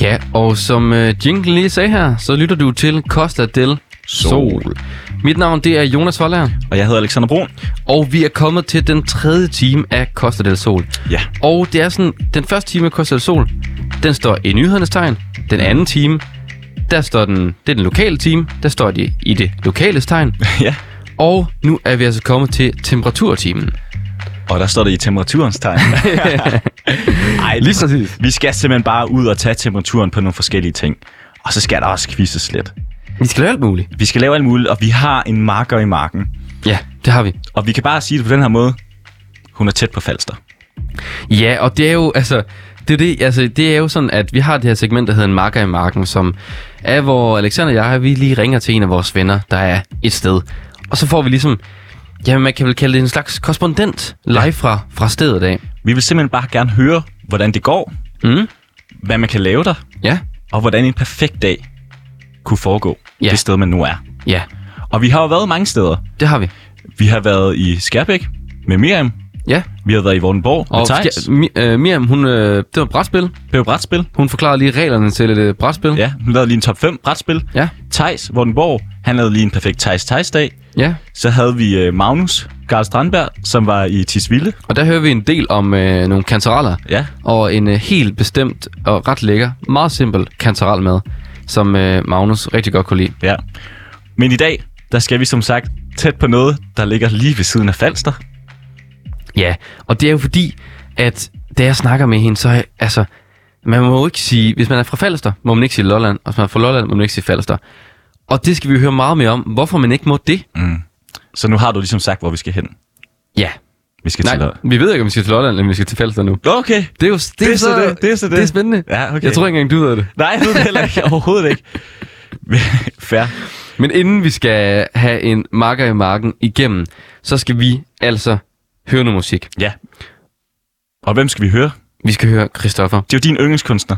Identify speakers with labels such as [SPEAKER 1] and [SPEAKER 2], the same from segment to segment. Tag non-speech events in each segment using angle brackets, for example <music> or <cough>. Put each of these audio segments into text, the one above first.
[SPEAKER 1] Ja, og som øh, Jingle lige sagde her, så lytter du til Costa del Sol. Sol. Mit navn det er Jonas Forlager,
[SPEAKER 2] Og jeg hedder Alexander Brun.
[SPEAKER 1] og vi er kommet til den tredje time af Costa del Sol.
[SPEAKER 2] Ja.
[SPEAKER 1] Og det er sådan, den første time af Costa del Sol, den står i nyhedernes tegn. Den anden time, der står den, det er den lokale time, der står det i det lokale <laughs> tegn.
[SPEAKER 2] <laughs> ja.
[SPEAKER 1] Og nu er vi altså kommet til temperaturtimen.
[SPEAKER 2] Og der står det i temperaturens tegn.
[SPEAKER 1] <laughs>
[SPEAKER 2] Ej,
[SPEAKER 1] Lige præcis.
[SPEAKER 2] Vi skal simpelthen bare ud og tage temperaturen på nogle forskellige ting. Og så skal der også quizzes lidt.
[SPEAKER 1] Vi skal lave alt muligt.
[SPEAKER 2] Vi skal lave alt muligt, og vi har en marker i marken.
[SPEAKER 1] Ja, det har vi.
[SPEAKER 2] Og vi kan bare sige det på den her måde. Hun er tæt på Falster.
[SPEAKER 1] Ja, og det er jo, altså, det er, det, altså, det er jo sådan, at vi har det her segment, der hedder en marker i marken, som er, hvor Alexander og jeg, vi lige ringer til en af vores venner, der er et sted. Og så får vi ligesom, jamen man kan vel kalde det en slags korrespondent live fra, fra stedet af.
[SPEAKER 2] Vi vil simpelthen bare gerne høre, hvordan det går.
[SPEAKER 1] Mm.
[SPEAKER 2] Hvad man kan lave der.
[SPEAKER 1] Ja,
[SPEAKER 2] Og hvordan en perfekt dag kunne foregå
[SPEAKER 1] Ja.
[SPEAKER 2] det sted, man nu er.
[SPEAKER 1] ja,
[SPEAKER 2] Og vi har jo været mange steder.
[SPEAKER 1] det har vi.
[SPEAKER 2] Vi har været i Skærbæk med Miriam.
[SPEAKER 1] Ja,
[SPEAKER 2] Vi har været i Vordenborg med
[SPEAKER 1] og
[SPEAKER 2] Thijs.
[SPEAKER 1] ja, Mi, øh, Miriam, hun, øh, det var et brætspil.
[SPEAKER 2] Det var brætspil.
[SPEAKER 1] Hun forklarede lige reglerne til et øh, brætspil.
[SPEAKER 2] <laughs> Ja, hun lavede lige en top 5 brætspil.
[SPEAKER 1] Ja,
[SPEAKER 2] Thijs Vordenborg, han lavede lige en perfekt Thijs Thijs dag.
[SPEAKER 1] ja.
[SPEAKER 2] Så havde vi øh, Magnus Karl Strandberg, som var i Tisvilde.
[SPEAKER 1] Og der hører vi en del om øh, nogle kantereller.
[SPEAKER 2] Ja.
[SPEAKER 1] og en øh, helt bestemt og ret lækker, meget simpel kantarel med, som øh, Magnus rigtig godt kunne lide.
[SPEAKER 2] ja. Men i dag, der skal vi som sagt tæt på noget, der ligger lige ved siden af Falster.
[SPEAKER 1] Ja, og det er jo fordi, at da jeg snakker med hende, så er jeg- altså, man må jo ikke sige, hvis man er fra Falster, må man ikke sige Lolland, og hvis man er fra Lolland, må man ikke sige Falster. Og det skal vi jo høre meget mere om, hvorfor man ikke må det.
[SPEAKER 2] Så nu har du ligesom sagt, hvor vi skal hen.
[SPEAKER 1] Ja,
[SPEAKER 2] Vi skal til
[SPEAKER 1] nej, vi ved ikke, om vi skal til Lolland, eller om vi skal til Falster nu.
[SPEAKER 2] Okay.
[SPEAKER 1] Det er jo det,
[SPEAKER 2] Det er så det, det er så det.
[SPEAKER 1] det er spændende.
[SPEAKER 2] Ja, okay.
[SPEAKER 1] Jeg tror ikke engang, du ved det.
[SPEAKER 2] Nej, det ved jeg heller ikke. <laughs> Overhovedet ikke. Fair.
[SPEAKER 1] Men inden vi skal have en marker i marken igennem, så skal vi altså høre noget musik.
[SPEAKER 2] Ja. Og hvem skal vi høre?
[SPEAKER 1] Vi skal høre Christoffer.
[SPEAKER 2] Det er jo din yndlingskunstner.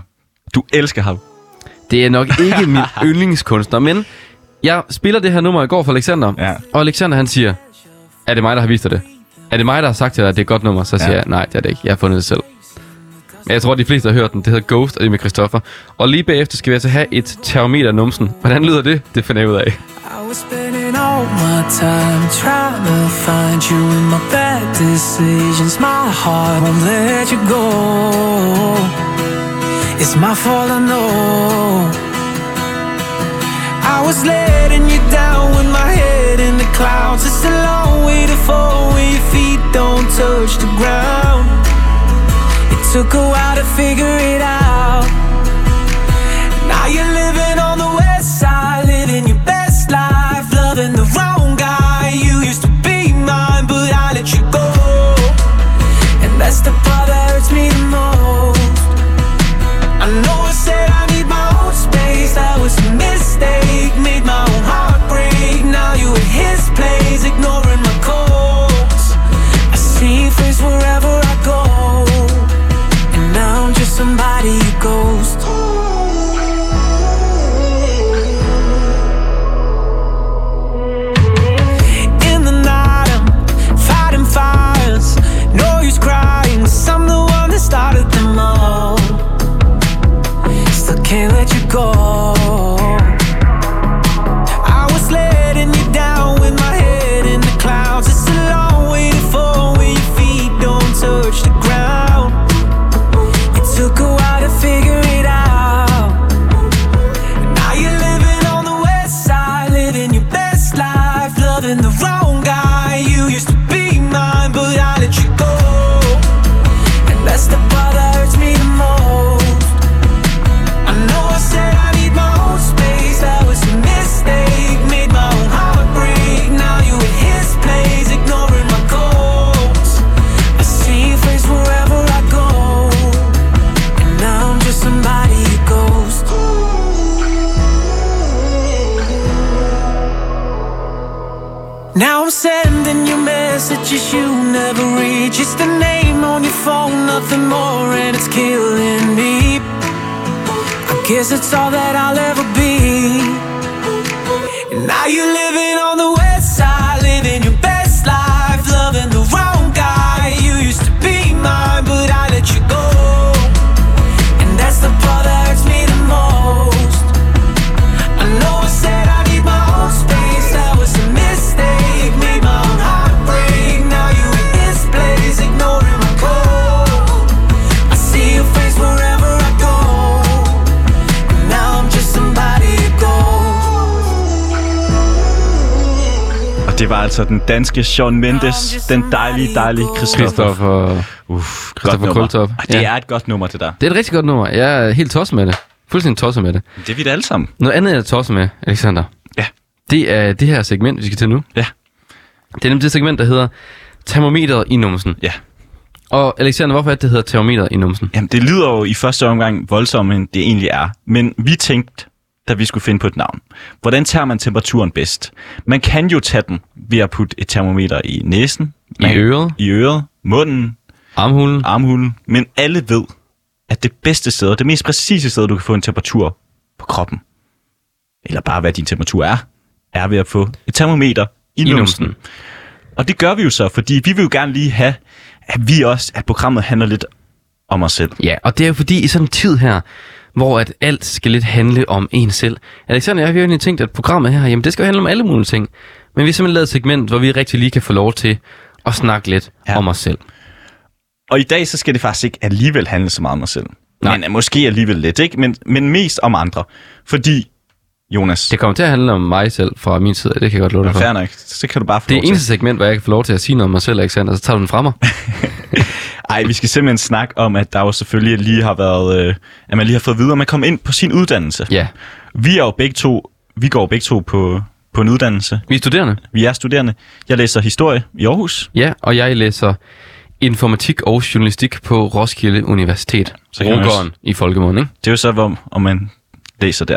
[SPEAKER 2] Du elsker ham.
[SPEAKER 1] Det er nok ikke
[SPEAKER 2] <laughs>
[SPEAKER 1] min yndlingskunstner, men jeg spiller det her nummer i går for Alexander,
[SPEAKER 2] Ja.
[SPEAKER 1] og Alexander han siger, er det mig, der har vist dig det? Er det mig, der har sagt til dig, at det er et godt nummer? Så siger
[SPEAKER 2] Ja.
[SPEAKER 1] ja. jeg, nej, det er det ikke. Jeg har fundet det selv. Men jeg tror, at de fleste har hørt den. Det hedder Ghost, og det er med Christoffer. Og lige bagefter skal vi altså have et termometer i numsen. Hvordan lyder det? Det finder jeg ud af.
[SPEAKER 3] I was spending all my time trying to find you in my bad decisions. My heart won't let you go. It's my fault, I know. I was letting you down with my head in the clouds. It's a long way to fall when your feet don't touch the ground. It took a while to figure it out. Now you're living on the west side, living your best life, loving the wrong guy. You used to be mine, but I let you go. And that's the part that hurts me the most. I know I said I need my own space, that was a mistake. Made my own heart break. Now you at his place, ignoring my calls. I see your face wherever I go. And now I'm just somebody who goes nothing more and it's killing me. I guess it's all that I'll ever be. And now you're living on the west side, living your best life, loving the wrong guy. You used to be mine, but I let you go. And that's the part that hurts me the most. I know I said I need my own space. That was a mistake. Made my own heartbreak. Now you in this place, ignoring my call. I see your face wherever I go. And now I'm just somebody to go.
[SPEAKER 2] Og det var altså den danske Sean Mendes, den dejlige, dejlige Christoffer.
[SPEAKER 1] Christoffer.
[SPEAKER 2] Uff,
[SPEAKER 1] Christoffer
[SPEAKER 2] godt
[SPEAKER 1] Kultorp.
[SPEAKER 2] nummer. Og det
[SPEAKER 1] Ja.
[SPEAKER 2] er et godt nummer, det der.
[SPEAKER 1] Det er et rigtig godt nummer. Jeg er helt tosset med det. Fuldstændig tosset med det.
[SPEAKER 2] Det er vi da alle sammen.
[SPEAKER 1] Noget andet, jeg er tosset med, Alexander,
[SPEAKER 2] Ja.
[SPEAKER 1] det er det her segment, vi skal til nu.
[SPEAKER 2] Ja.
[SPEAKER 1] Det er nemlig det segment, der hedder Termometeret i numsen.
[SPEAKER 2] Ja.
[SPEAKER 1] Og Alexander, hvorfor er det, det hedder Termometeret i numsen?
[SPEAKER 2] Jamen, det lyder jo i første omgang voldsommere, end det egentlig er. Men vi tænkte, da vi skulle finde på et navn. Hvordan tager man temperaturen bedst? Man kan jo tage den ved at putte et termometer i næsen, man-
[SPEAKER 1] I øret,
[SPEAKER 2] i øret, munden,
[SPEAKER 1] armhulen.
[SPEAKER 2] armhulen. Men alle ved, at det bedste sted, og det mest præcise sted, du kan få en temperatur på kroppen, eller bare hvad din temperatur er, er ved at få et termometer i,
[SPEAKER 1] I
[SPEAKER 2] I
[SPEAKER 1] numsen.
[SPEAKER 2] numsen. Og det gør vi jo så, fordi vi vil jo gerne lige have, at vi også, at programmet handler lidt om os selv.
[SPEAKER 1] Ja, og det er jo fordi i sådan en tid her, hvor at alt skal lidt handle om en selv. Alexander, jeg har jo egentlig tænkt, at programmet her, jamen det skal jo handle om alle mulige ting. Men vi har simpelthen lavet et segment, hvor vi rigtig lige kan få lov til at snakke lidt ja.
[SPEAKER 2] Ja.
[SPEAKER 1] om os selv.
[SPEAKER 2] Og i dag, så skal det faktisk ikke alligevel handle så meget om mig selv.
[SPEAKER 1] Nej.
[SPEAKER 2] Nej. Men øh, måske alligevel lidt, ikke? Men, men mest om andre. Fordi, Jonas, det
[SPEAKER 1] Det kommer til at handle om mig selv fra min side, det kan jeg godt love dig
[SPEAKER 2] er
[SPEAKER 1] for.
[SPEAKER 2] fair nok. Så kan du bare få
[SPEAKER 1] Det
[SPEAKER 2] lov til.
[SPEAKER 1] eneste segment, hvor jeg kan få lov til at sige noget om mig selv, Alexander, så tager du den
[SPEAKER 2] <laughs>
[SPEAKER 1] fra mig.
[SPEAKER 2] Ej, vi skal simpelthen snakke om, at der jo selvfølgelig lige har været... Øh, at man lige har fået videre, at man kom ind på sin uddannelse.
[SPEAKER 1] ja.
[SPEAKER 2] Vi er jo begge to... Vi går jo begge to på, på en uddannelse.
[SPEAKER 1] Vi er studerende.
[SPEAKER 2] Vi er studerende. Jeg læser historie i Aarhus.
[SPEAKER 1] Ja, og jeg læser informatik og journalistik på Roskilde Universitet.
[SPEAKER 2] Så kan man
[SPEAKER 1] Rugården i folkemunden, ikke?
[SPEAKER 2] Det er jo så, hvor, om man læser
[SPEAKER 1] <laughs>
[SPEAKER 2] der.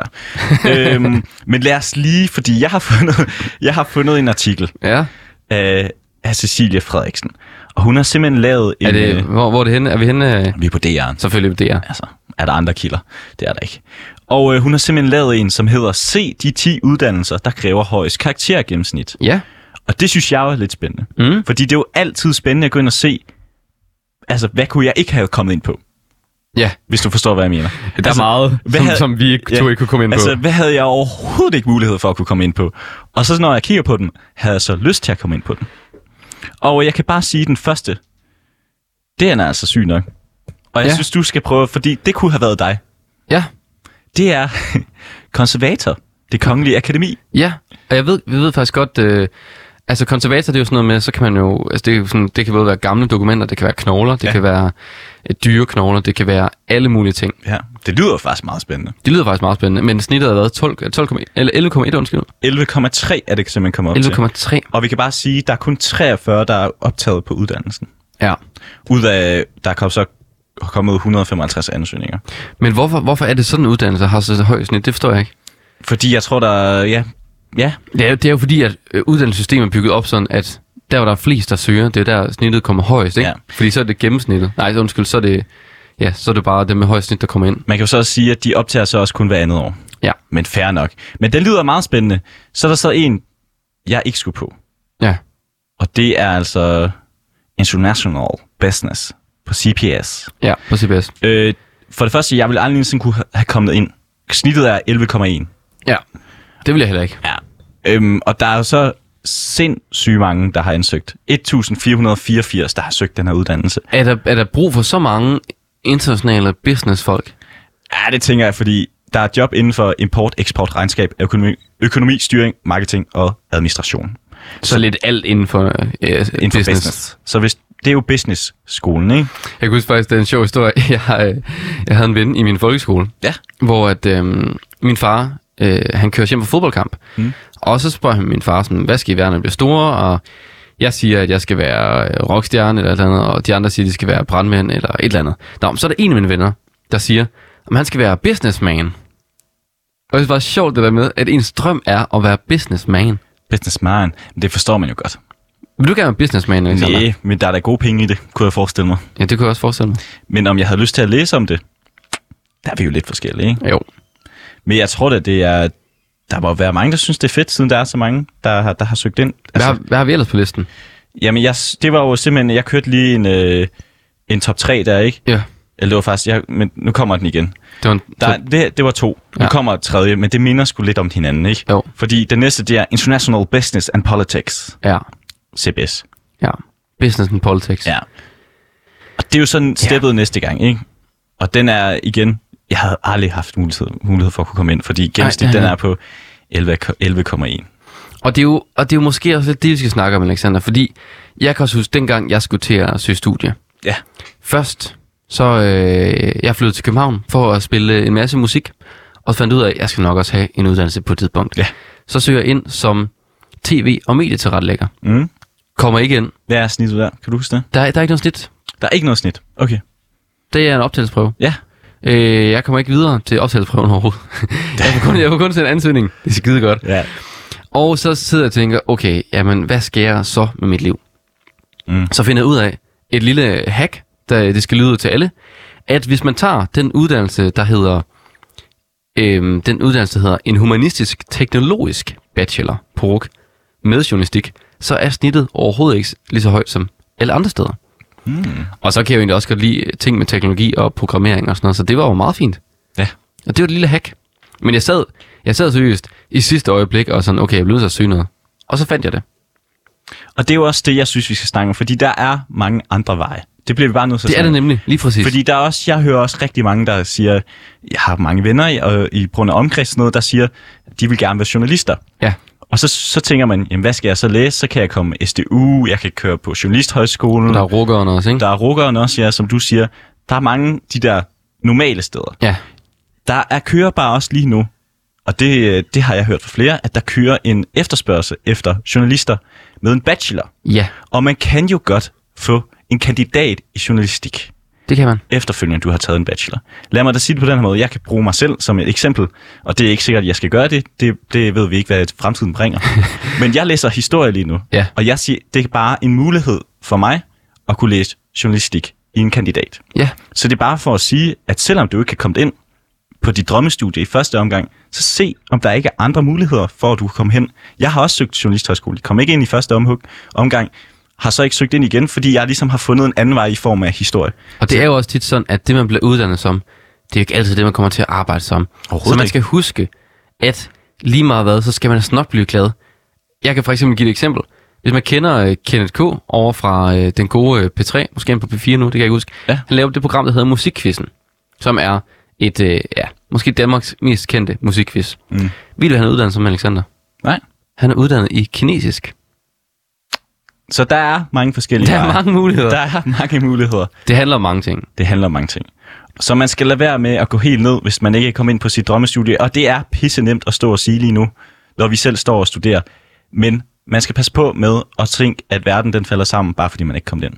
[SPEAKER 2] øhm, men lad os lige... Fordi jeg har fundet, <laughs> jeg har fundet en artikel.
[SPEAKER 1] Ja.
[SPEAKER 2] af, af Cecilia Frederiksen. Og hun har simpelthen lavet en...
[SPEAKER 1] Er det,
[SPEAKER 2] øh,
[SPEAKER 1] hvor, hvor er det henne? Er vi henne? øh,
[SPEAKER 2] vi er på DR'en. Så
[SPEAKER 1] Selvfølgelig det er.
[SPEAKER 2] altså, er der andre kilder? Det er der ikke. Og øh, hun har simpelthen lavet en, som hedder Se de 10 uddannelser, der kræver højst karaktergennemsnit.
[SPEAKER 1] Ja.
[SPEAKER 2] Og det synes jeg jo er lidt spændende.
[SPEAKER 1] Mm.
[SPEAKER 2] Fordi det er jo altid spændende at gå ind og se, altså hvad kunne jeg ikke have kommet ind på?
[SPEAKER 1] Ja,
[SPEAKER 2] Hvis du forstår, hvad jeg mener.
[SPEAKER 1] der altså, er meget,
[SPEAKER 2] hvad
[SPEAKER 1] som,
[SPEAKER 2] havde-
[SPEAKER 1] som vi ikke, ja, ikke kunne komme ind
[SPEAKER 2] altså,
[SPEAKER 1] på.
[SPEAKER 2] hvad havde jeg overhovedet ikke mulighed for at kunne komme ind på? Og så når jeg kigger på dem, havde jeg så lyst til at komme ind på den. Og øh, jeg kan bare sige, at den første, det er altså syg nok. Og jeg
[SPEAKER 1] Ja.
[SPEAKER 2] ja. synes, du skal prøve, fordi det kunne have været dig.
[SPEAKER 1] Ja,
[SPEAKER 2] Det er <laughs> konservator. Det kongelige akademi.
[SPEAKER 1] ja. Og jeg ved, vi ved faktisk godt, øh, altså konservator, det er jo sådan noget med, så kan man jo, altså det, er jo sådan, det kan både være gamle dokumenter, det kan være knogler, det ja. kan være øh, dyre knogler, det kan være alle mulige ting.
[SPEAKER 2] Ja, det lyder faktisk meget spændende.
[SPEAKER 1] Det lyder faktisk meget spændende, men snittet har været 12, 12, eller 11,1, undskyld.
[SPEAKER 2] 11,3 er det simpelthen kommet op til.
[SPEAKER 1] 11,3.
[SPEAKER 2] Og vi kan bare sige, at der er kun 43, der er optaget på uddannelsen.
[SPEAKER 1] Ja.
[SPEAKER 2] Ud af, der er kommet så kommet 155 ansøgninger.
[SPEAKER 1] Men hvorfor, hvorfor er det sådan en uddannelse, der har så højt snit? Det forstår jeg ikke.
[SPEAKER 2] Fordi jeg tror, der er- ja, ja,
[SPEAKER 1] Det er, jo- det er jo fordi, at øh, uddannelsessystemet er bygget op sådan, at der, hvor der er flest, der søger, det er der, snittet kommer højst, ikke? Ja.
[SPEAKER 2] Ja.
[SPEAKER 1] Fordi så er det gennemsnittet. Nej, undskyld, så er det, ja, så er det bare dem med højst snit, der kommer ind.
[SPEAKER 2] Man kan jo så også sige, at de optager så også kun hver andet år.
[SPEAKER 1] Ja.
[SPEAKER 2] Men fair nok. Men den lyder meget spændende. Så er der så en, jeg ikke skulle på.
[SPEAKER 1] Ja.
[SPEAKER 2] Og det er altså International Business på CPS.
[SPEAKER 1] Ja, på CBS.
[SPEAKER 2] Øh, for det første, jeg ville aldrig nogensinde kunne ha- have kommet ind. Snittet er 11,1.
[SPEAKER 1] Ja. Det vil jeg heller ikke.
[SPEAKER 2] Ja. Øhm, og der er jo så sindssygt mange, der har ansøgt. 1.484, der har søgt den her uddannelse.
[SPEAKER 1] Er der, er der brug for så mange internationale businessfolk?
[SPEAKER 2] Ja, det tænker jeg, fordi der er job inden for import, eksport, regnskab, økonomi, økonomi styring, marketing og administration.
[SPEAKER 1] Så lidt alt inden for, øh,
[SPEAKER 2] inden for business. business. Så hvis, det er jo business-skolen, ikke?
[SPEAKER 1] Jeg kan huske faktisk, det er en sjov historie. <laughs> Jeg, øh, jeg havde en ven i min folkeskole,
[SPEAKER 2] Ja.
[SPEAKER 1] hvor at, øh, min far, øh, han kører hjem fra fodboldkamp. Mm. Og så spørger han min far, sådan, hvad skal I være, når I bliver store? Og jeg siger, at jeg skal være øh, rockstjerne eller et eller andet, og de andre siger, at de skal være brandmænd eller et eller andet. Nå, men så er der en af mine venner, der siger, at han skal være businessman. Og det var sjovt det der med, at ens drøm er at være businessman.
[SPEAKER 2] Businessman. Men det forstår man jo godt. Altså,
[SPEAKER 1] Vil du gerne være businessman, Alexander?
[SPEAKER 2] Nej, men der er da gode penge i det, kunne jeg forestille mig.
[SPEAKER 1] Ja, det kunne jeg også forestille mig.
[SPEAKER 2] Men om jeg havde lyst til at læse om det, der er vi jo lidt forskellige, ikke?
[SPEAKER 1] Jo.
[SPEAKER 2] Men jeg tror da, det er... Der må være mange, der synes, det er fedt, siden der er så mange, der, har- der har søgt ind. Altså,
[SPEAKER 1] Hvad, har, hvad har vi ellers på listen?
[SPEAKER 2] Jamen, jeg, det var jo simpelthen... Jeg kørte lige en, øh, en top 3 der, ikke?
[SPEAKER 1] Ja,
[SPEAKER 2] Eller det var faktisk... Jeg, men nu kommer den igen.
[SPEAKER 1] det var en...
[SPEAKER 2] Der, er- det, det var to. Nu
[SPEAKER 1] Ja.
[SPEAKER 2] kommer et tredje, men det minder sgu lidt om hinanden, ikke?
[SPEAKER 1] Jo.
[SPEAKER 2] Fordi det næste, det er International Business and Politics.
[SPEAKER 1] Ja,
[SPEAKER 2] CBS.
[SPEAKER 1] ja. Business and politics.
[SPEAKER 2] Ja. Og det er jo sådan steppet ja. næste gang, ikke? Og den er igen... Jeg havde aldrig haft mulighed, mulighed for at kunne komme ind, fordi gennemsnit,
[SPEAKER 1] nej,
[SPEAKER 2] den
[SPEAKER 1] nej.
[SPEAKER 2] er på 11, 11,1.
[SPEAKER 1] Og det, er jo, og det er jo måske også lidt det, vi skal snakke om, Alexander, fordi jeg kan også huske, dengang jeg skulle til at søge studie,
[SPEAKER 2] Ja.
[SPEAKER 1] først, så øh, jeg flyttede til København for at spille en masse musik, og fandt ud af, at jeg skal nok også have en uddannelse på et tidspunkt.
[SPEAKER 2] Ja.
[SPEAKER 1] Så søger jeg ind som tv- og medietilrettelægger.
[SPEAKER 2] Mm.
[SPEAKER 1] Kommer ikke ind.
[SPEAKER 2] Hvad er snittet der? Kan du huske det?
[SPEAKER 1] Der, er- der er ikke noget snit.
[SPEAKER 2] Der er ikke noget snit. Okay.
[SPEAKER 1] Det er en optagelsesprøve.
[SPEAKER 2] Ja.
[SPEAKER 1] Øh, jeg kommer ikke videre til optagelsesprøven overhovedet. <laughs> jeg, får kun, jeg får kun til en ansøgning. Det er skide godt.
[SPEAKER 2] Ja.
[SPEAKER 1] Og så sidder jeg og tænker, okay, jamen, hvad skal jeg så med mit liv?
[SPEAKER 2] Mm.
[SPEAKER 1] Så finder jeg ud af et lille hack, der det skal lyde ud til alle, at hvis man tager den uddannelse, der hedder, øhm, den uddannelse, der hedder en humanistisk-teknologisk bachelor på RUC med journalistik, så er snittet overhovedet ikke lige så højt som alle andre steder. Mm. Og så kan jeg jo egentlig også godt lide ting med teknologi og programmering og sådan noget, så det var jo meget fint.
[SPEAKER 2] Ja.
[SPEAKER 1] Og det var et lille hack. Men jeg sad, jeg sad seriøst i sidste øjeblik og sådan, okay, jeg bliver nødt til at søge noget. Og så fandt jeg det.
[SPEAKER 2] Og det er jo også det, jeg synes, vi skal snakke om, fordi der er mange andre veje. Det bliver vi bare nødt til at
[SPEAKER 1] Det er
[SPEAKER 2] snakke
[SPEAKER 1] det
[SPEAKER 2] om.
[SPEAKER 1] nemlig, lige præcis.
[SPEAKER 2] Fordi der er også, jeg hører også rigtig mange, der siger, jeg har mange venner i, og i grund af omkreds sådan noget, der siger, de vil gerne være journalister.
[SPEAKER 1] Ja,
[SPEAKER 2] Og så, så tænker man, jamen, hvad skal jeg så læse? Så kan jeg komme SDU, jeg kan køre på Journalisthøjskolen,
[SPEAKER 1] der er rukkeren også, ikke?
[SPEAKER 2] der er rukkeren også, ja, som du siger. Der er mange de der normale steder.
[SPEAKER 1] Ja,
[SPEAKER 2] Der er kører bare også lige nu, og det, øh, det har jeg hørt fra flere, at der kører en efterspørgsel efter journalister med en bachelor.
[SPEAKER 1] ja,
[SPEAKER 2] Og man kan jo godt få en kandidat i journalistik,
[SPEAKER 1] det kan man.
[SPEAKER 2] efterfølgende du har taget en bachelor. Lad mig da sige det på den her måde. Jeg kan bruge mig selv som et eksempel, og det er ikke sikkert, at jeg skal gøre det. Det, det ved vi ikke, hvad fremtiden bringer. Men jeg læser historie lige nu,
[SPEAKER 1] Ja.
[SPEAKER 2] og jeg siger, det er bare en mulighed for mig at kunne læse journalistik i en kandidat.
[SPEAKER 1] Ja,
[SPEAKER 2] Så det er bare for at sige, at selvom du ikke kan komme ind på dit drømmestudie i første omgang, så se, om der ikke er andre muligheder for, at du kan komme hen. Jeg har også søgt journalisthøjskole, kom ikke ind i første omhug, omgang, har så ikke søgt ind igen, fordi jeg ligesom har fundet en anden vej i form af historie.
[SPEAKER 1] og det er jo også tit sådan, at det, man bliver uddannet som, det er jo ikke altid det, man kommer til at arbejde som.
[SPEAKER 2] Overhovedet
[SPEAKER 1] Så man
[SPEAKER 2] ikke.
[SPEAKER 1] skal huske, at lige meget hvad, så skal man snart blive glad. Jeg kan for eksempel give et eksempel. Hvis man kender øh, Kenneth K. over fra øh, den gode øh, P3, måske han på P4 nu, det kan jeg ikke huske.
[SPEAKER 2] Ja.
[SPEAKER 1] Han lavede det program, der hedder Musikquizzen, som er et, øh, ja, måske Danmarks mest kendte musikquiz. Mm. Ville han er uddannet som Alexander?
[SPEAKER 2] Nej.
[SPEAKER 1] Han er uddannet i kinesisk.
[SPEAKER 2] Så der er mange forskellige
[SPEAKER 1] Der er
[SPEAKER 2] veje.
[SPEAKER 1] mange muligheder.
[SPEAKER 2] Der er mange muligheder.
[SPEAKER 1] Det handler om mange ting.
[SPEAKER 2] Det handler om mange ting. Så man skal lade være med at gå helt ned, hvis man ikke kommer ind på sit drømmestudie. Og det er pisse nemt at stå og sige lige nu, når vi selv står og studerer. Men man skal passe på med at tænke, at verden den falder sammen, bare fordi man ikke kom ind.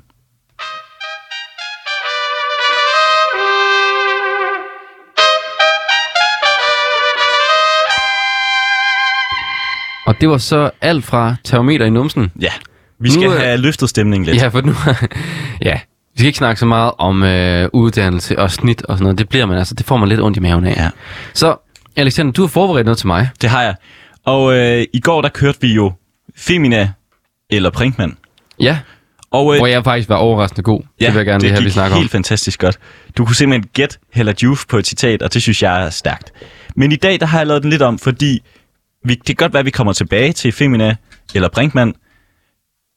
[SPEAKER 1] Og det var så alt fra termometer i numsen.
[SPEAKER 2] Ja, vi skal
[SPEAKER 1] Nu, øh,
[SPEAKER 2] have løftet stemningen lidt.
[SPEAKER 1] <laughs> Ja, for nu... ja, vi skal ikke snakke så meget om øh, uddannelse og snit og sådan noget. Det bliver man altså, det får man lidt ondt i maven af.
[SPEAKER 2] Ja.
[SPEAKER 1] Så, Alexander, du har forberedt noget til mig.
[SPEAKER 2] Det har jeg. Og øh, i går der kørte vi jo Femina eller Brinkmann.
[SPEAKER 1] Ja,
[SPEAKER 2] Og øh,
[SPEAKER 1] hvor jeg faktisk var overraskende god. Ja, det vil jeg gerne lige have, vi
[SPEAKER 2] gik
[SPEAKER 1] snakker
[SPEAKER 2] helt fantastisk godt. Du kunne simpelthen gætte Hella Juf på et citat, og det synes jeg er stærkt. Men i dag, der har jeg lavet den lidt om, fordi vi, det kan godt være, at vi kommer tilbage til Femina eller Brinkmann,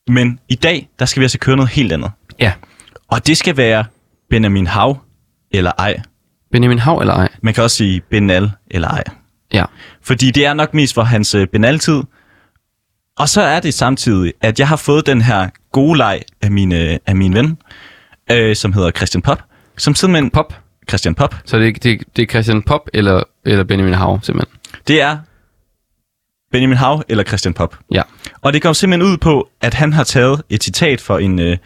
[SPEAKER 2] men i dag, der skal vi altså køre noget helt andet.
[SPEAKER 1] om. Ja.
[SPEAKER 2] Og det skal være Benjamin Hav eller ej.
[SPEAKER 1] Benjamin Hav eller ej?
[SPEAKER 2] Man kan også sige Benal eller ej.
[SPEAKER 1] Ja.
[SPEAKER 2] Fordi det er nok mest for hans øh, benaltid. Og så er det samtidig, at jeg har fået den her gode leg af, mine, af min ven, øh, som hedder Christian Pop. Som simpelthen...
[SPEAKER 1] Pop.
[SPEAKER 2] Christian Pop.
[SPEAKER 1] Så det, det, det er Christian Pop eller, eller Benjamin Hav, simpelthen.
[SPEAKER 2] Det er Benjamin Hav eller Christian Pop.
[SPEAKER 1] Ja.
[SPEAKER 2] Og det kom simpelthen ud på, at han har taget et citat for en, øh,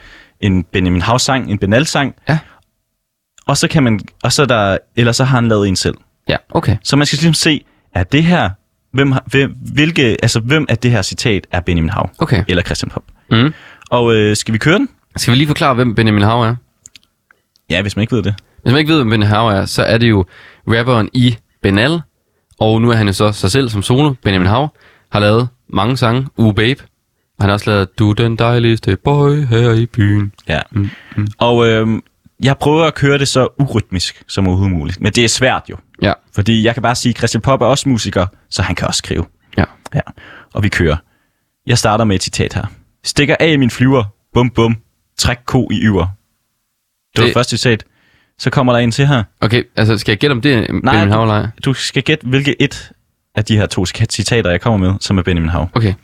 [SPEAKER 2] en Benjamin Hav-sang, en Benal-sang.
[SPEAKER 1] Ja.
[SPEAKER 2] Og så kan man... Og så er der, eller så har han lavet en selv.
[SPEAKER 1] Ja, okay.
[SPEAKER 2] Så man skal ligesom se, er det her... Hvem, har- hvem, hvilke, altså, hvem af det her citat er Benjamin Hav?
[SPEAKER 1] Okay.
[SPEAKER 2] Eller Christian Pop?
[SPEAKER 1] Mm.
[SPEAKER 2] Og øh, skal vi køre den?
[SPEAKER 1] Skal vi lige forklare, hvem Benjamin Hav er?
[SPEAKER 2] Ja, hvis man ikke ved det.
[SPEAKER 1] Hvis man ikke ved, hvem Ben Hav er, så er det jo rapperen i Benal. Og nu er han jo så sig selv som solo. Benjamin Hav har lavet mange sange. U Babe. Og han har også lavet Du er den dejligste boy her i byen.
[SPEAKER 2] Ja. Mm, mm. Og øh, jeg prøver at køre det så urytmisk som overhovedet muligt. Men det er svært jo.
[SPEAKER 1] Ja,
[SPEAKER 2] Fordi jeg kan bare sige, at Christian Pop er også musiker, så han kan også skrive.
[SPEAKER 1] ja.
[SPEAKER 2] Ja. Og vi kører. Jeg starter med et citat her. Stikker af i min flyver. Bum bum. Træk ko i yver. Det var
[SPEAKER 1] Det-
[SPEAKER 2] det første citat. Så kommer der en til her.
[SPEAKER 1] Okay, altså skal jeg gætte om det er Benjamin Hav eller ej?
[SPEAKER 2] du, du skal gætte, hvilket et af de her to sk- citater, jeg kommer med, som er Benjamin Hav.
[SPEAKER 1] Okay.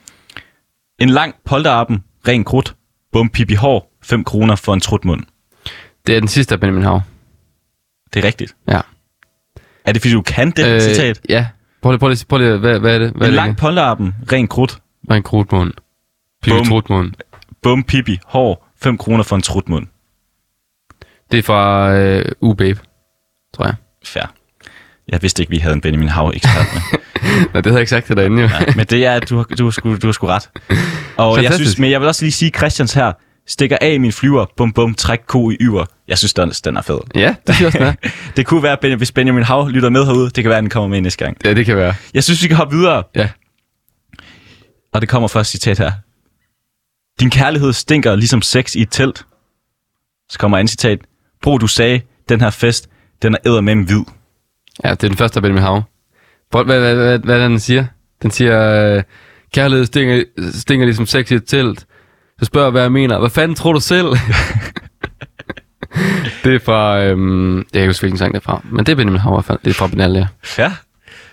[SPEAKER 2] En lang polterappen, ren krudt, bum pipi hår, 5 kroner for en trutmund.
[SPEAKER 1] Det er den sidste af Benjamin Hav.
[SPEAKER 2] Det er rigtigt.
[SPEAKER 1] Ja.
[SPEAKER 2] Er det, fordi du kan det øh, citat?
[SPEAKER 1] Ja. Prøv lige, prøv lige, prøv lige hvad, hvad er det? Hvad
[SPEAKER 2] En
[SPEAKER 1] er
[SPEAKER 2] lang polterappen, ren krudt,
[SPEAKER 1] det? en krutmund.
[SPEAKER 2] Bum.
[SPEAKER 1] Pilotrutmund.
[SPEAKER 2] bum pipi hår, 5 kroner for en trutmund.
[SPEAKER 1] Det er fra øh, U-Babe, tror
[SPEAKER 2] <laughs>
[SPEAKER 1] jeg.
[SPEAKER 2] Fair. Jeg vidste ikke, vi havde en Benjamin Hav ekspert
[SPEAKER 1] <laughs>
[SPEAKER 2] med.
[SPEAKER 1] Nå, det havde jeg ikke sagt til dig inden, jo.
[SPEAKER 2] Nej, men det er, at du har, du har, sgu, du har sgu ret. Og jeg
[SPEAKER 1] Fantastisk.
[SPEAKER 2] synes, men jeg vil også lige sige, Christians her stikker af i min flyver, bum bum, træk ko i yver. Jeg synes, den, den er fed.
[SPEAKER 1] <laughs> Ja, det synes jeg også, den er.
[SPEAKER 2] <laughs> det kunne være, Ben- hvis Benjamin Hav lytter med herude, det kan være, at den kommer med næste gang.
[SPEAKER 1] Ja, det kan være.
[SPEAKER 2] Jeg synes, vi kan hoppe videre.
[SPEAKER 1] Ja.
[SPEAKER 2] Og det kommer først citat her. Din kærlighed stinker ligesom sex i et telt. Så kommer andet citat. Bro, du sagde, den her fest, den er eddermem hvid.
[SPEAKER 1] Ja, det er den første af Benjamin Hav. Prøv, hvad, hvad, hvad, hvad er det, den siger? Den siger, øh, kærlighed stinker, stinker ligesom sex i et telt. Så spørger jeg, hvad jeg mener. Hvad fanden tror du selv? <laughs> det er fra, øhm, jeg kan ikke huske, hvilken sang det er fra. Men det er Benjamin Hav i hvert fald. Det er fra Benal, ja.
[SPEAKER 2] Ja,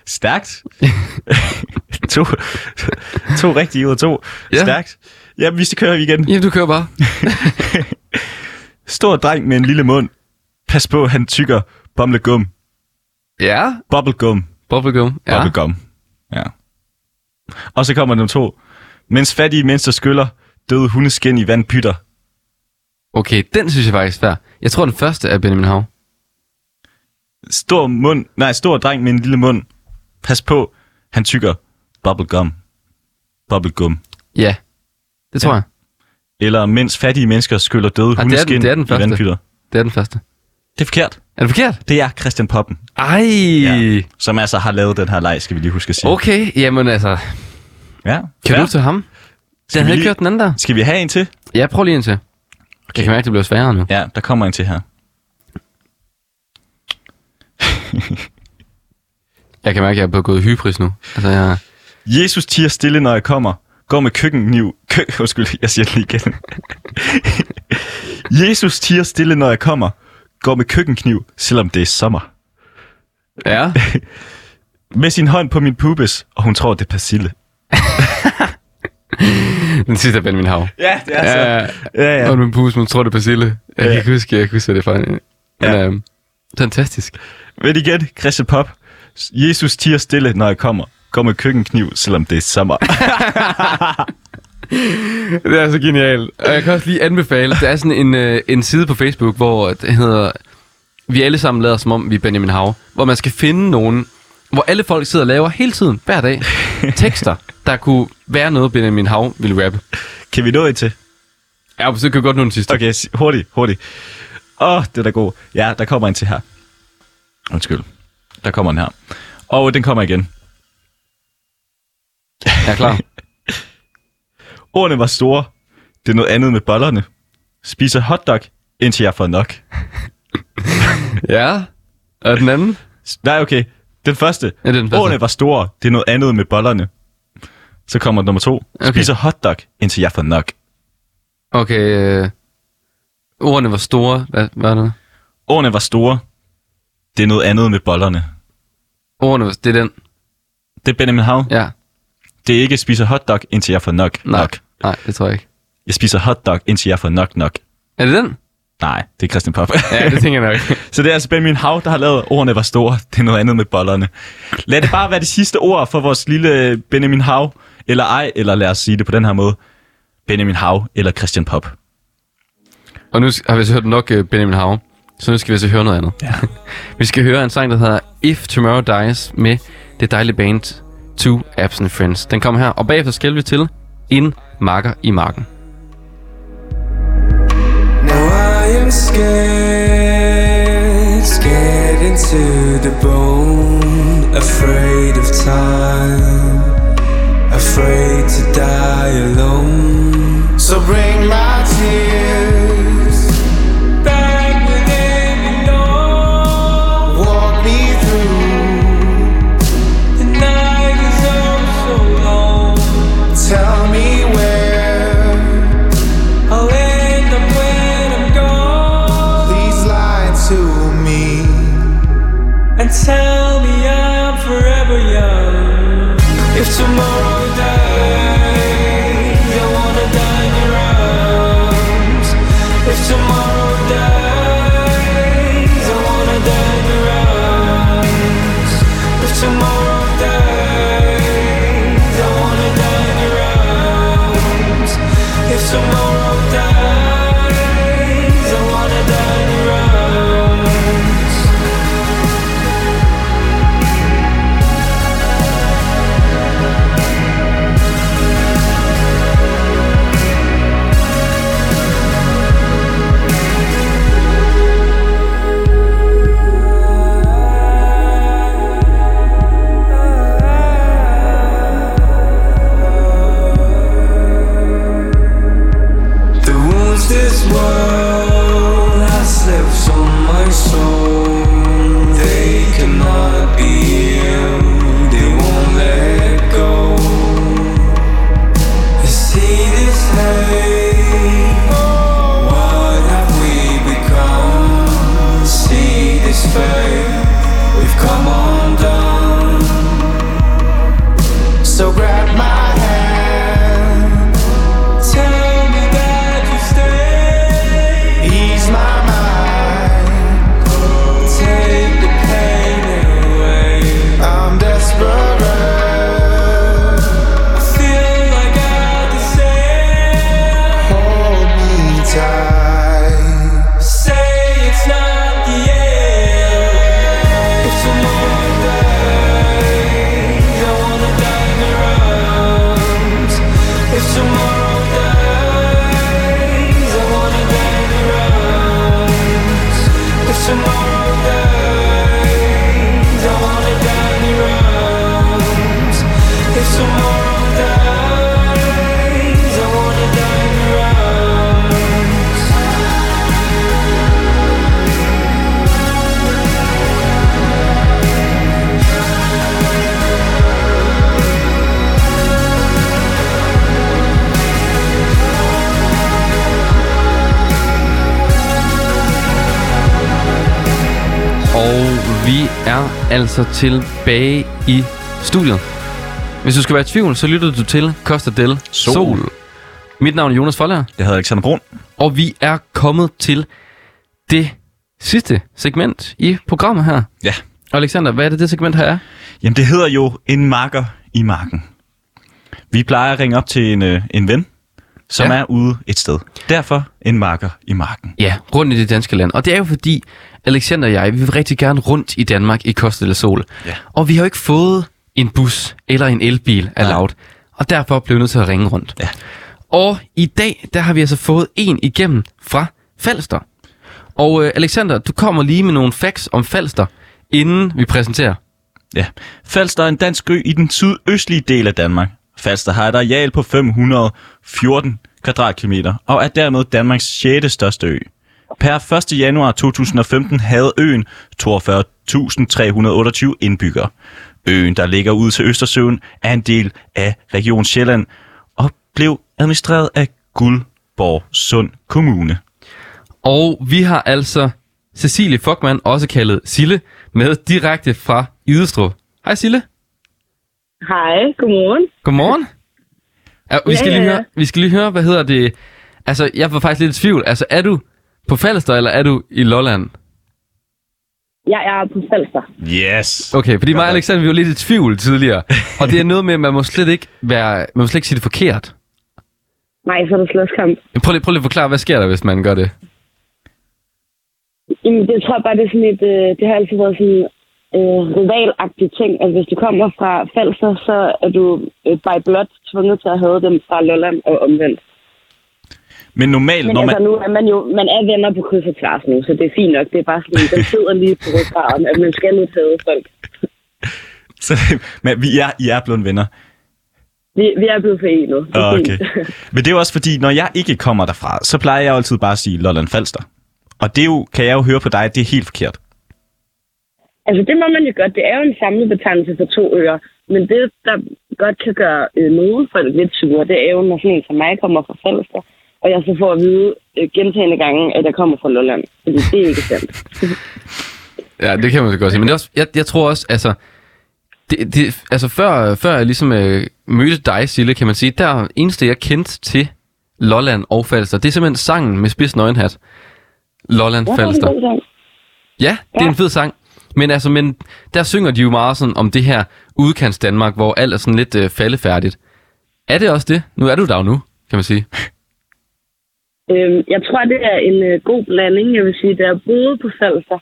[SPEAKER 2] stærkt. <laughs> to, to rigtige ud af to.
[SPEAKER 1] Ja.
[SPEAKER 2] Ja. Stærkt. Ja, vi skal køre igen.
[SPEAKER 1] Jamen, du kører bare.
[SPEAKER 2] Stor dreng med en lille mund. Pas på, han tykker bomlegum.
[SPEAKER 1] Ja,
[SPEAKER 2] Bubblegum.
[SPEAKER 1] bubblegum. Ja.
[SPEAKER 2] Bubblegum. Ja. Og så kommer nummer to. Mens fattige mennesker skyller, døde hundeskin i vandpytter.
[SPEAKER 1] Okay, den synes jeg faktisk er svær. Jeg tror, den første er Benjamin Hav.
[SPEAKER 2] Stor mund, nej, stor dreng med en lille mund. Pas på, han tykker bubblegum. Bubblegum.
[SPEAKER 1] Ja, det tror ja. jeg.
[SPEAKER 2] Eller mens fattige mennesker skyller døde
[SPEAKER 1] den-
[SPEAKER 2] hundeskin
[SPEAKER 1] det er den
[SPEAKER 2] i
[SPEAKER 1] første.
[SPEAKER 2] vandpytter.
[SPEAKER 1] Det er den første.
[SPEAKER 2] Det er forkert.
[SPEAKER 1] Er det forkert?
[SPEAKER 2] Det er Christian Poppen,
[SPEAKER 1] Ej! Ja.
[SPEAKER 2] Ja. som altså har lavet den her leg, skal vi lige huske at sige.
[SPEAKER 1] Okay, jamen altså,
[SPEAKER 2] Ja.
[SPEAKER 1] kan
[SPEAKER 2] ja.
[SPEAKER 1] du til ham? Den
[SPEAKER 2] vi
[SPEAKER 1] havde
[SPEAKER 2] lige-
[SPEAKER 1] kørt den anden der.
[SPEAKER 2] Skal vi have en til?
[SPEAKER 1] Ja, prøv lige en til. Okay. Jeg kan mærke, det bliver sværere nu.
[SPEAKER 2] Ja, der kommer en til her.
[SPEAKER 1] Jeg kan mærke, at jeg er blevet gået i hybris nu. Altså, jeg...
[SPEAKER 2] Jesus tiger stille, når jeg kommer. Går med køkkenkniv. Kø <laughs> Undskyld, jeg siger det lige igen. <laughs> Jesus tiger stille, når jeg kommer. Går med køkkenkniv, selvom det er sommer.
[SPEAKER 1] Ja,
[SPEAKER 2] Med sin hånd på min pubis, og hun tror, det er persille.
[SPEAKER 1] <laughs> den sidste er Benjamin Hav.
[SPEAKER 2] Ja, det
[SPEAKER 1] Ja, ja.
[SPEAKER 2] ja,
[SPEAKER 1] ja.
[SPEAKER 2] ja.
[SPEAKER 1] Og min pus, man tror, det er persille. Jeg kan
[SPEAKER 2] Ja.
[SPEAKER 1] ikke huske, jeg kan huske, hvad det er fra. Men,
[SPEAKER 2] Ja.
[SPEAKER 1] øhm, fantastisk.
[SPEAKER 2] Men igen, Christian Pop. Jesus tiger stille, når jeg kommer. Går med køkkenkniv, selvom det er sommer. <laughs>
[SPEAKER 1] Det er så genialt. Og jeg kan også lige anbefale, der er sådan en, øh, en side på Facebook, hvor det hedder, vi alle sammen lader som om, vi er Benjamin Hav, hvor man skal finde nogen, hvor alle folk sidder og laver hele tiden, hver <laughs> dag, tekster, der kunne være noget, Benjamin Hav ville rappe.
[SPEAKER 2] kan vi nå en til?
[SPEAKER 1] Ja, så kan jeg godt nå den sidste.
[SPEAKER 2] Okay, s- hurtigt, hurtigt. Åh, oh, det er da god. Ja, der kommer en til her. Undskyld. Der kommer en her. Og den kommer igen.
[SPEAKER 1] Jeg er klar.
[SPEAKER 2] Ordene var store. Det er noget andet med bollerne. Spiser hotdog, indtil jeg får nok.
[SPEAKER 1] Ja. Og den anden?
[SPEAKER 2] S- Nej, okay. Den første.
[SPEAKER 1] Ja, det er den første.
[SPEAKER 2] Ordene var store. Det er noget andet med bollerne. Så kommer nummer to.
[SPEAKER 1] Okay.
[SPEAKER 2] Spiser hotdog, indtil jeg får nok.
[SPEAKER 1] Okay. Øh, ordene var store. Hvad, hvad er det?
[SPEAKER 2] Ordene var store. Det er noget andet med bollerne.
[SPEAKER 1] Ordene var... Det er den.
[SPEAKER 2] Det er Benjamin Hav. Ja.
[SPEAKER 1] Ja.
[SPEAKER 2] Det er ikke spiser hotdog, indtil jeg får nok.
[SPEAKER 1] Nej.
[SPEAKER 2] nok.
[SPEAKER 1] Nej, det tror jeg ikke.
[SPEAKER 2] Jeg spiser hotdog, indtil jeg får nok nok.
[SPEAKER 1] Er det den?
[SPEAKER 2] Nej, det er Christian Pop.
[SPEAKER 1] Ja, det tænker jeg nok.
[SPEAKER 2] Så det er altså Benjamin Hav, der har lavet ordene var store. Det er noget andet med bollerne. Lad det bare være det sidste ord for vores lille Benjamin Hav, eller ej, eller lad os sige det på den her måde. Benjamin Hav eller Christian Pop.
[SPEAKER 1] <laughs> Og nu har vi så hørt nok øh, Benjamin Hav, så nu skal vi så høre noget andet. Ja. <laughs> vi skal høre en sang, der hedder If Tomorrow Dies med det dejlige band Two Absent Friends. Den kommer her, og bagefter skal vi til En Marker i Marken.
[SPEAKER 3] I'm scared, scared into the bone, afraid of time, afraid to die alone. So bring my tears back where they belong. Walk me through the night is oh so long. Tell me where. I'll end up when I'm gone. Please lie to me and tell me I'm forever young. If tomorrow dies, I wanna die in your arms. If tomorrow dies, I wanna die in your arms. If tomorrow dies, I wanna die in your arms. If tomorrow dies, I wanna die in your arms. The wounds this world has left on my soul. They cannot be healed, they won't let go. I see this hate. What have we become? See this faith, we've come undone. So grab my hand. Tell me that you stay. Ease my mind. Take the pain away. I'm desperate. I feel like I deserve. Hold me tight. Say it's not the end. If tomorrow dies, I wanna die in your arms. If tomorrow dies, I wanna die in your arms. If tomorrow dies, I wanna die in your arms. If tomorrow dies, I wanna die in your arms.
[SPEAKER 1] Og vi er altså tilbage i studiet. Hvis du skal være i tvivl, så lytter du til Costa del Sol.
[SPEAKER 2] Sol.
[SPEAKER 1] Sol. Mit navn er Jonas Folger,
[SPEAKER 2] Jeg hedder Alexander Brun.
[SPEAKER 1] og vi er kommet til det sidste segment i programmet her.
[SPEAKER 2] Ja.
[SPEAKER 1] Alexander, hvad er det, det segment her er?
[SPEAKER 2] Jamen, det hedder jo en marker i marken. Vi plejer at ringe op til en, øh, en ven, som
[SPEAKER 1] Ja.
[SPEAKER 2] ja. er ude et sted. Derfor en marker i marken.
[SPEAKER 1] Ja, rundt i det danske land. Og det er jo fordi, Alexander og jeg, vi vil rigtig gerne rundt i Danmark i Costa del Sol.
[SPEAKER 2] Ja.
[SPEAKER 1] Og vi har jo ikke fået en bus eller en elbil af
[SPEAKER 2] Nej.
[SPEAKER 1] Loud. Og derfor blev vi nødt til at ringe rundt.
[SPEAKER 2] Ja.
[SPEAKER 1] Og i dag, der har vi altså fået en igennem fra Falster. Og øh, Alexander, du kommer lige med nogle facts om Falster, inden vi præsenterer.
[SPEAKER 2] Ja. Falster er en dansk ø i den sydøstlige del af Danmark. Falster har et areal på 514 kvadratkilometer og er dermed Danmarks 6. største ø. Per 1. januar 2015 havde øen 42.328 indbyggere. Øen, der ligger ud til Østersøen, er en del af Region Sjælland og blev administreret af Guldborg Sund Kommune.
[SPEAKER 1] Og vi har altså Cecilie Fogman, også kaldet Sille, med direkte fra Idestrup. Hej Sille.
[SPEAKER 4] Hej, godmorgen.
[SPEAKER 1] Godmorgen. Ja, vi,
[SPEAKER 4] Ja,
[SPEAKER 1] skal
[SPEAKER 4] ja,
[SPEAKER 1] lige
[SPEAKER 4] ja.
[SPEAKER 1] høre, vi skal lige høre, hvad hedder det? Altså, jeg var faktisk lidt i tvivl. Altså, er du på Falster, eller er du i Lolland?
[SPEAKER 4] Jeg er på Falster.
[SPEAKER 2] Yes!
[SPEAKER 1] Okay, fordi mig og Alexander, vi var lidt i tvivl tidligere. Og det er noget med, at man må slet ikke, være, man må slet ikke sige det forkert.
[SPEAKER 4] Nej, så er der slåskamp.
[SPEAKER 1] Men Prøv lige, prøv lige at forklare, hvad sker der, hvis man gør det?
[SPEAKER 4] Jamen, det tror jeg bare, det er sådan et, øh, det har altid været sådan øh, rivalagtig ting, at hvis du kommer fra Falster, så er du øh, by blood tvunget til at have dem fra Lolland og omvendt.
[SPEAKER 2] Men normalt,
[SPEAKER 4] Men
[SPEAKER 2] når
[SPEAKER 4] man... altså,
[SPEAKER 2] man...
[SPEAKER 4] nu er man jo man er venner på kryds og tværs nu, så det er fint nok. Det er bare sådan, der sidder lige på ryggraden, at man skal ud til folk.
[SPEAKER 2] Så, <laughs> men vi er, I er blevet venner.
[SPEAKER 4] Vi, vi er blevet forenet. Det er
[SPEAKER 2] Ah, Okay.
[SPEAKER 4] <laughs> fint.
[SPEAKER 2] Men det er jo også fordi, når jeg ikke kommer derfra, så plejer jeg jo altid bare at sige Lolland Falster. Og det er jo, kan jeg jo høre på dig, at det er helt forkert.
[SPEAKER 4] Altså, det må man jo godt. Det er jo en samlet betegnelse for to øer. Men det, der godt kan gøre øh, nogle folk lidt sure, det er jo, når sådan en som mig kommer fra Falster, og jeg så får at vide øh, gentagende gange, at jeg kommer fra Lolland. Fordi det er ikke sandt.
[SPEAKER 1] Ja, det kan man så godt sige. Men det er også, jeg, jeg tror også, altså... Det, det, altså før, før jeg ligesom øh, mødte dig, Sille, kan man sige, der eneste, jeg kendte til Lolland og Falster, det er simpelthen sangen med spids nøgenhat. Lolland
[SPEAKER 4] Hvorfor er det
[SPEAKER 1] Falster.
[SPEAKER 4] god sang?
[SPEAKER 1] Ja, det er
[SPEAKER 4] Ja.
[SPEAKER 1] en fed sang. Men altså, men der synger de jo meget sådan om det her udkants Danmark, hvor alt er sådan lidt øh, faldefærdigt. Er det også det? Nu er du der jo nu, kan man sige.
[SPEAKER 4] Øhm, jeg tror, det er en øh, god blanding. Jeg vil sige, da jeg boede på Falster,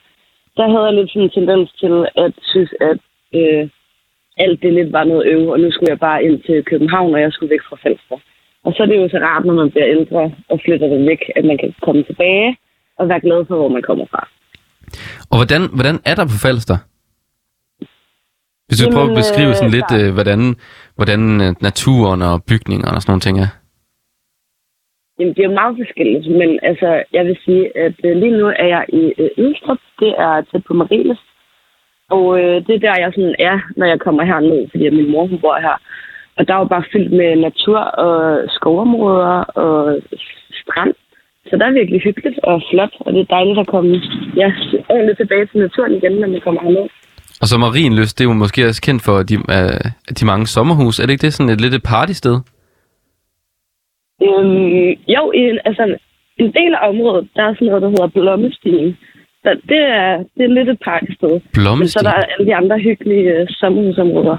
[SPEAKER 4] der havde jeg lidt sådan en tendens til at synes, at øh, alt det lidt var noget øv, og nu skulle jeg bare ind til København, og jeg skulle væk fra Falster. Og så er det jo så rart, når man bliver ældre og flytter det væk, at man kan komme tilbage og være glad for, hvor man kommer fra.
[SPEAKER 1] Og hvordan, hvordan er der på Falster? Hvis du Jamen,
[SPEAKER 4] Jamen,
[SPEAKER 1] prøver at beskrive
[SPEAKER 4] øh,
[SPEAKER 1] sådan lidt,
[SPEAKER 4] der-
[SPEAKER 1] øh, hvordan, hvordan øh, naturen og bygningerne og sådan nogle ting er.
[SPEAKER 4] Jamen, det er jo meget forskelligt, men altså, jeg vil sige, at øh, lige nu er jeg i øh, Ølstrup. Det er tæt på Mariles. Og øh, det er der, jeg sådan er, når jeg kommer herned, fordi at min mor hun bor her. Og der er jo bare fyldt med natur og skovområder og strand. Så der er virkelig hyggeligt og flot, og det er dejligt at komme ja, ordentligt tilbage til naturen igen, når man kommer herned.
[SPEAKER 1] Og så Marienløst, det er jo måske også kendt for de, øh, de mange sommerhus. Er det ikke det sådan et lidt et partysted?
[SPEAKER 4] Øhm, jo, i en, altså en del af området, der er sådan noget, der hedder Blommestien. Så det er, det er lidt et parksted. Men så
[SPEAKER 1] Blommestil?
[SPEAKER 4] er der alle de andre hyggelige øh, sommerhusområder,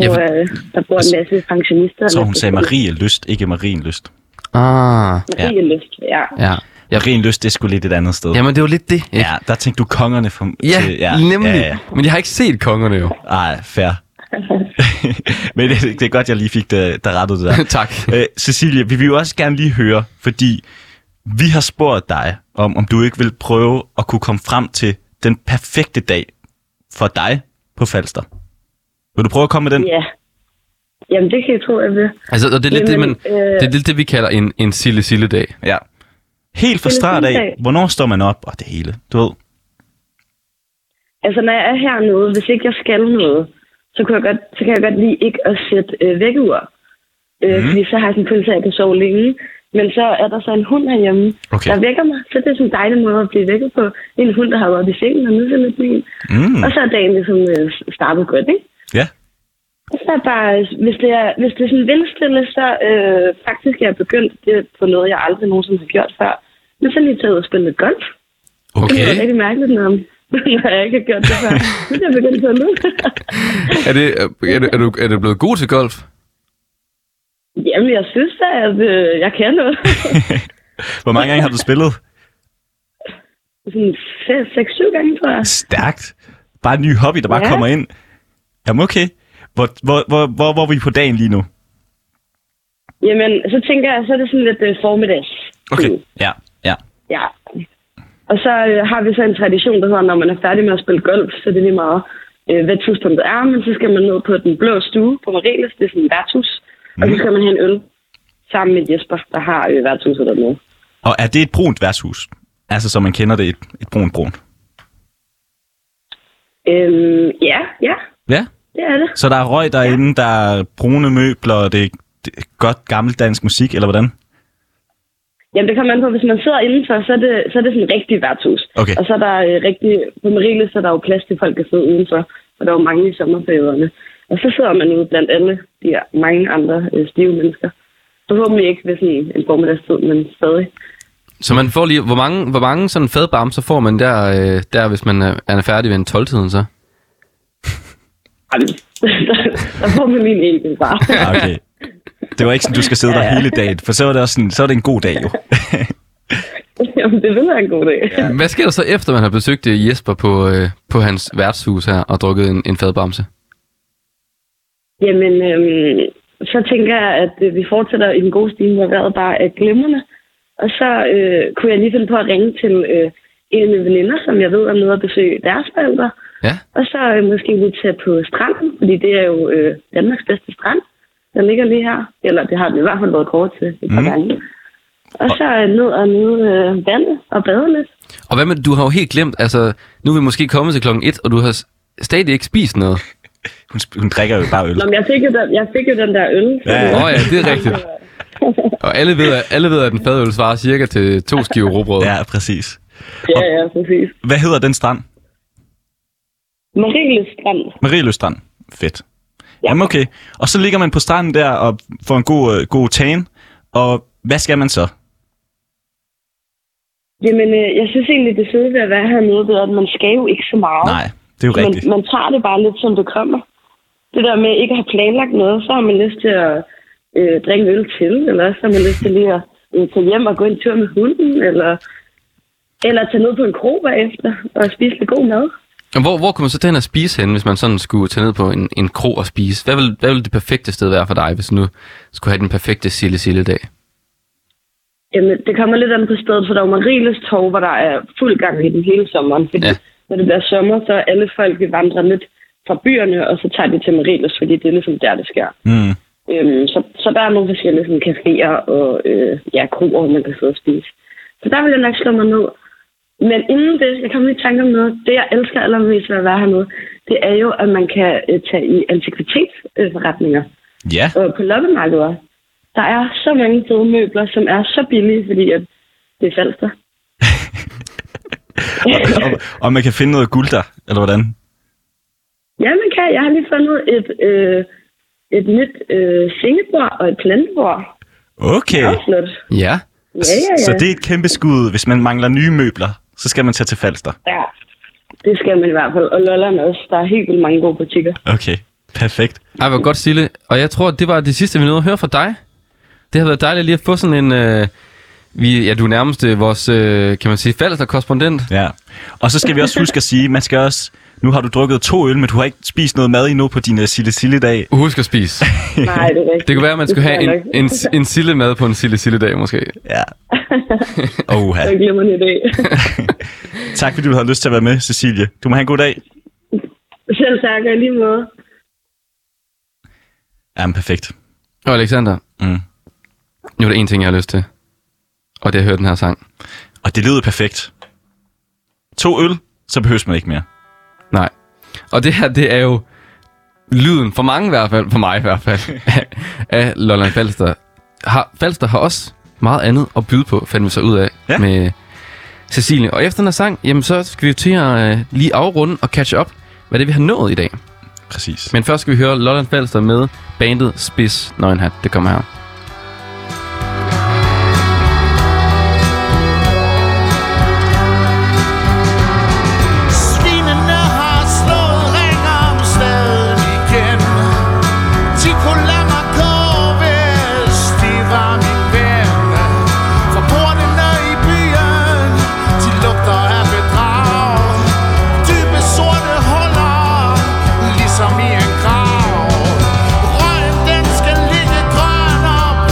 [SPEAKER 1] Ja,
[SPEAKER 4] hvor
[SPEAKER 1] for-
[SPEAKER 4] øh, der bor en masse pensionister.
[SPEAKER 2] Altså- Så hun sagde Marie Lyst, ikke Marien Lyst.
[SPEAKER 1] Ah,
[SPEAKER 4] Marie Lyst, ja.
[SPEAKER 1] ja.
[SPEAKER 2] Ja. Marien Lyst, det er sgu lidt et andet sted.
[SPEAKER 1] Jamen, det var lidt det, ikke?
[SPEAKER 2] Ja, der tænkte du kongerne fra...
[SPEAKER 1] Ja,
[SPEAKER 2] til-
[SPEAKER 1] ja nemlig.
[SPEAKER 2] Ja, ja.
[SPEAKER 1] Men jeg har ikke set kongerne jo.
[SPEAKER 2] Ej, fair. <laughs> Men det, det er godt, jeg lige fik det, der rettet det der.
[SPEAKER 1] <laughs> tak.
[SPEAKER 2] <laughs> Øh, Cecilie, vi vil jo også gerne lige høre, fordi vi har spurgt dig, om, om du ikke vil prøve at kunne komme frem til den perfekte dag for dig på Falster. Vil du prøve at komme med den?
[SPEAKER 4] ja. Jamen, det kan jeg tro, jeg vil.
[SPEAKER 1] Altså, og det er lidt det, man,
[SPEAKER 4] Jamen, øh,
[SPEAKER 1] det, er lidt det, vi kalder en, en sille-sille-dag.
[SPEAKER 2] Ja. Helt fra
[SPEAKER 4] Det er
[SPEAKER 2] start
[SPEAKER 4] en fin
[SPEAKER 2] af,
[SPEAKER 4] dag.
[SPEAKER 2] hvornår står man op og det hele, du ved.
[SPEAKER 4] Altså, når jeg er hernede, hvis ikke jeg skal noget, så, kunne jeg godt, så kan jeg godt lide ikke at sætte øh, vækkeur. Øh,
[SPEAKER 2] Mhm.
[SPEAKER 4] mm. Fordi så har jeg sådan en følelse af, at jeg kan sove længe. Men så er der så en hund herhjemme,
[SPEAKER 2] Okay.
[SPEAKER 4] der vækker mig. Så det er sådan en dejlig måde at blive vækket på. Det er en hund, der har været oppe i sengen og nysset lidt med en.
[SPEAKER 2] Mm,
[SPEAKER 4] Og så er dagen ligesom øh, startet godt, ikke?
[SPEAKER 2] ja.
[SPEAKER 4] Og Så er bare, hvis det er, hvis det er sådan vindstille, så øh, faktisk er jeg begyndt det på noget, jeg aldrig nogensinde har gjort før. Men så er jeg lige taget og spillet golf. Det er
[SPEAKER 1] Okay.
[SPEAKER 4] rigtig mærkeligt, når, <laughs> når jeg ikke har gjort det før. Nu er jeg begyndt på nu.
[SPEAKER 1] <laughs> Er, det, er, du, er, du, er du blevet god til golf?
[SPEAKER 4] <laughs> Jamen, jeg synes da, at øh, jeg kan noget.
[SPEAKER 2] Hvor mange gange har du spillet?
[SPEAKER 4] Sådan 6-7 gange, tror jeg.
[SPEAKER 2] Stærkt. Bare en ny hobby, der bare ja.
[SPEAKER 4] Ja.
[SPEAKER 2] kommer ind. Jamen okay. Hvor, hvor, hvor, hvor, hvor er vi på dagen lige nu?
[SPEAKER 4] Jamen, så tænker jeg, så er det sådan lidt øh, formiddags.
[SPEAKER 2] Ja, ja.
[SPEAKER 4] Ja. Og så øh, har vi så en tradition, der hedder, når man er færdig med at spille golf, så er det er lige meget, øh, hvad tidspunktet er, men så skal man ned på den blå stue på Mariles, det er sådan en værtshus, mm. og så skal man have en øl sammen med Jesper, der har øh, værtshuset dernede.
[SPEAKER 2] Og er det et brunt værtshus? Altså, som man kender det, et, et brunt brunt.
[SPEAKER 4] Øhm, ja, ja,
[SPEAKER 2] Ja.
[SPEAKER 4] det er det.
[SPEAKER 2] Så der er røg derinde, der er brune møbler, og det er, det er godt gammeldansk musik, eller hvordan?
[SPEAKER 4] Jamen, det kommer an på, hvis man sidder indenfor, så er det, så er det sådan et rigtigt værtshus.
[SPEAKER 2] Okay.
[SPEAKER 4] Og så er der øh, rigtig, på Mariles, så er der jo plads til folk, der sidder udenfor, og der er jo mange i sommerperioderne. Og så sidder man ude blandt alle de her mange andre øh, stive mennesker. Forhåbentlig ikke ved sådan en formiddagstid, men stadig.
[SPEAKER 1] Så man får lige, hvor mange, hvor mange sådan fadbamser får man der, øh, der hvis man er, er færdig ved en 12-tiden så?
[SPEAKER 4] <laughs> Jamen, der, der får man lige en enkelt bare. <laughs>
[SPEAKER 2] Ah, okay. Det var ikke sådan, du skal sidde der hele dagen, for så var det også sådan, så var det en god dag jo. <laughs>
[SPEAKER 4] Jamen, det vil være en god dag. Ja.
[SPEAKER 1] Hvad sker der så efter, man har besøgt øh, Jesper på, øh, på hans værtshus her og drukket en, en fadbamse?
[SPEAKER 4] Jamen, øhm, så tænker jeg, at øh, vi fortsætter i den gode stil, hvor vejret bare er glimrende. Og så øh, kunne jeg lige finde på at ringe til øh, en af mine veninder, som jeg ved er nede og besøge deres forældre.
[SPEAKER 1] Ja.
[SPEAKER 4] Og så øh, måske vi tage på stranden, fordi det er jo øh, Danmarks bedste strand. Den ligger lige her. Eller det har den i hvert fald været kort til et par
[SPEAKER 2] Mm.
[SPEAKER 4] mm. gange. Og så øh, ned og nyde øh, vandet og bade lidt.
[SPEAKER 1] Og hvad med, du har jo helt glemt, altså, nu er vi måske kommet til klokken 1, og du har s- stadig ikke spist noget.
[SPEAKER 2] Hun, sp- hun drikker jo bare øl.
[SPEAKER 4] Nå, men jeg fik jo den, jeg fik jo den der øl. så
[SPEAKER 2] Ja,
[SPEAKER 4] det
[SPEAKER 1] Åh
[SPEAKER 4] var-
[SPEAKER 1] oh, ja, det er rigtigt. Og alle ved, at- alle ved, at en fadøl svarer cirka til to skiver råbrød.
[SPEAKER 2] Ja, præcis.
[SPEAKER 4] Ja, ja, præcis.
[SPEAKER 2] Hvad hedder den strand?
[SPEAKER 4] Marieles Strand.
[SPEAKER 2] Marie Strand. Fedt. Jamen okay. Og så ligger man på stranden der og får en god, øh, god tan. Og hvad skal man så?
[SPEAKER 4] Jamen, øh, jeg synes egentlig, det søde ved at være hernede, det er, at man skal jo ikke så meget.
[SPEAKER 2] Nej, det er jo
[SPEAKER 4] man,
[SPEAKER 2] rigtigt.
[SPEAKER 4] man tager det bare lidt, som det kommer. Det der med ikke at have planlagt noget, så har man lyst til at øh, drikke en øl til, eller så har man lyst til lige at øh, tage hjem og gå en tur med hunden, eller, eller tage ned på en kro bagefter og spise lidt god mad.
[SPEAKER 1] Og Hvor, hvor kunne man så tage hen og spise hen, hvis man sådan skulle tage ned på en, en kro og spise? Hvad ville, hvad ville det perfekte sted være for dig, hvis du nu skulle have den perfekte sille sille dag?
[SPEAKER 4] Jamen, det kommer lidt an på stedet, for der er jo Marieles Torv, hvor der er fuld gang i den hele sommeren. Fordi
[SPEAKER 1] Ja.
[SPEAKER 4] ja. når det bliver sommer, så er alle folk de vandrer lidt fra byerne, og så tager de til Marieles, fordi det er ligesom der, det sker.
[SPEAKER 2] Mm.
[SPEAKER 4] Øhm, så, så der er nogle forskellige sådan, caféer og øh, ja, kroer, hvor man kan sidde og spise. Så der vil jeg nok slå mig ned. Men inden det, jeg kommer lige i tanke om noget. Det, jeg elsker allermest ved at være hernede, det er jo, at man kan øh, tage i antikvitetsforretninger <laughs>
[SPEAKER 2] Ja,
[SPEAKER 4] og på loppemarkeder. Der er så mange fede møbler, som er så billige, fordi at det er falster.
[SPEAKER 2] og, og man kan finde noget guld der, eller hvordan?
[SPEAKER 4] ja, man kan. Jeg har lige fundet et, øh, et nyt øh, sengebord og et plantebord.
[SPEAKER 2] Okay.
[SPEAKER 4] Det er også lidt.
[SPEAKER 1] Ja.
[SPEAKER 4] Ja, ja, ja.
[SPEAKER 2] Så det er et kæmpe skud. Hvis man mangler nye møbler, så skal man tage til Falster.
[SPEAKER 4] Ja, det skal man i hvert fald. Og Lolland også. Der er helt vildt mange gode butikker.
[SPEAKER 2] Okay, perfekt.
[SPEAKER 1] Ej, hvor godt, Sille. Og jeg tror, det var det sidste, vi nåede at høre fra dig. Det har været dejligt lige at få sådan en... Øh, vi, ja, du er nærmest øh, vores, øh, kan man sige, falsterkorrespondent.
[SPEAKER 2] Ja. Og så skal vi også huske at sige, man skal også... Nu har du drukket to øl, men du har ikke spist noget mad endnu på din sille sille dag.
[SPEAKER 1] Husk at spise.
[SPEAKER 4] Nej, det er rigtigt.
[SPEAKER 1] Det kunne være, at man skulle have
[SPEAKER 4] skal
[SPEAKER 1] en,
[SPEAKER 4] jeg nok.
[SPEAKER 1] en, en sille mad på en sille sille dag, måske.
[SPEAKER 2] <laughs> Ja. Oha.
[SPEAKER 4] Jeg glemmer en
[SPEAKER 1] <laughs>
[SPEAKER 4] idé.
[SPEAKER 2] Tak fordi du havde lyst til at være med, Cecilie. Du må have en god dag.
[SPEAKER 4] Selv tak, og i lige måde.
[SPEAKER 2] Jamen, perfekt.
[SPEAKER 1] Og Alexander,
[SPEAKER 2] Mm.
[SPEAKER 1] nu er der en ting, jeg har lyst til. Og det er at høre den her sang.
[SPEAKER 2] Og det lyder perfekt. To øl, så behøves man ikke mere.
[SPEAKER 1] Nej. Og det her, det er jo lyden, for mange i hvert fald, for mig i hvert fald, af- af Lolland Falster. Har, Falster har også meget andet at byde på, fandt vi så ud af
[SPEAKER 2] Ja.
[SPEAKER 1] ja. med Cecilie. Og efter den her sang, jamen så skal vi jo til at øh, lige afrunde og catch up, hvad det er, vi har nået i dag.
[SPEAKER 2] Præcis.
[SPEAKER 1] Men først skal vi høre Lolland Falster med bandet Spids Nøgenhat. Det kommer her.
[SPEAKER 5] Svinene har slået ring om staden igen De kunne lade mig gå, hvis de var min ven For bordene i byen, de lugter af bedrag Dybe sorte huller, ligesom i en grav Røgen den skal ligge grøn og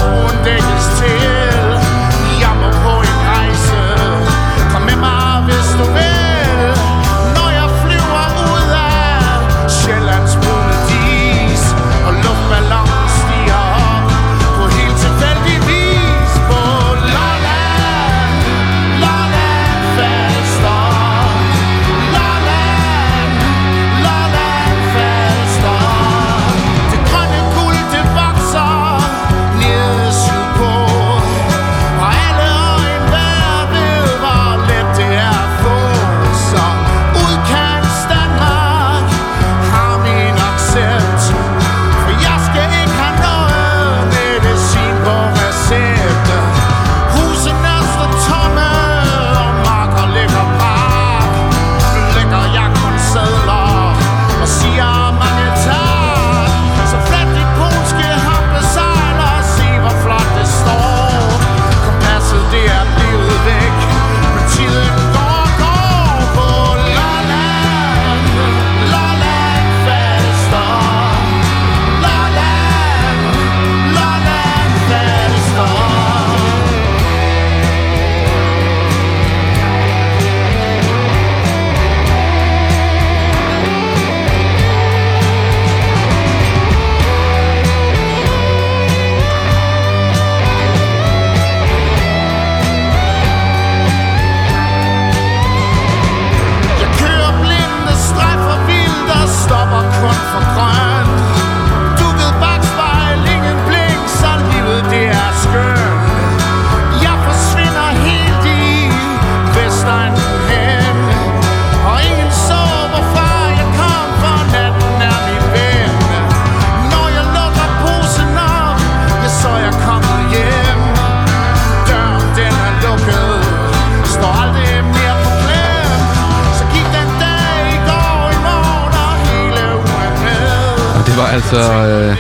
[SPEAKER 1] altså øh,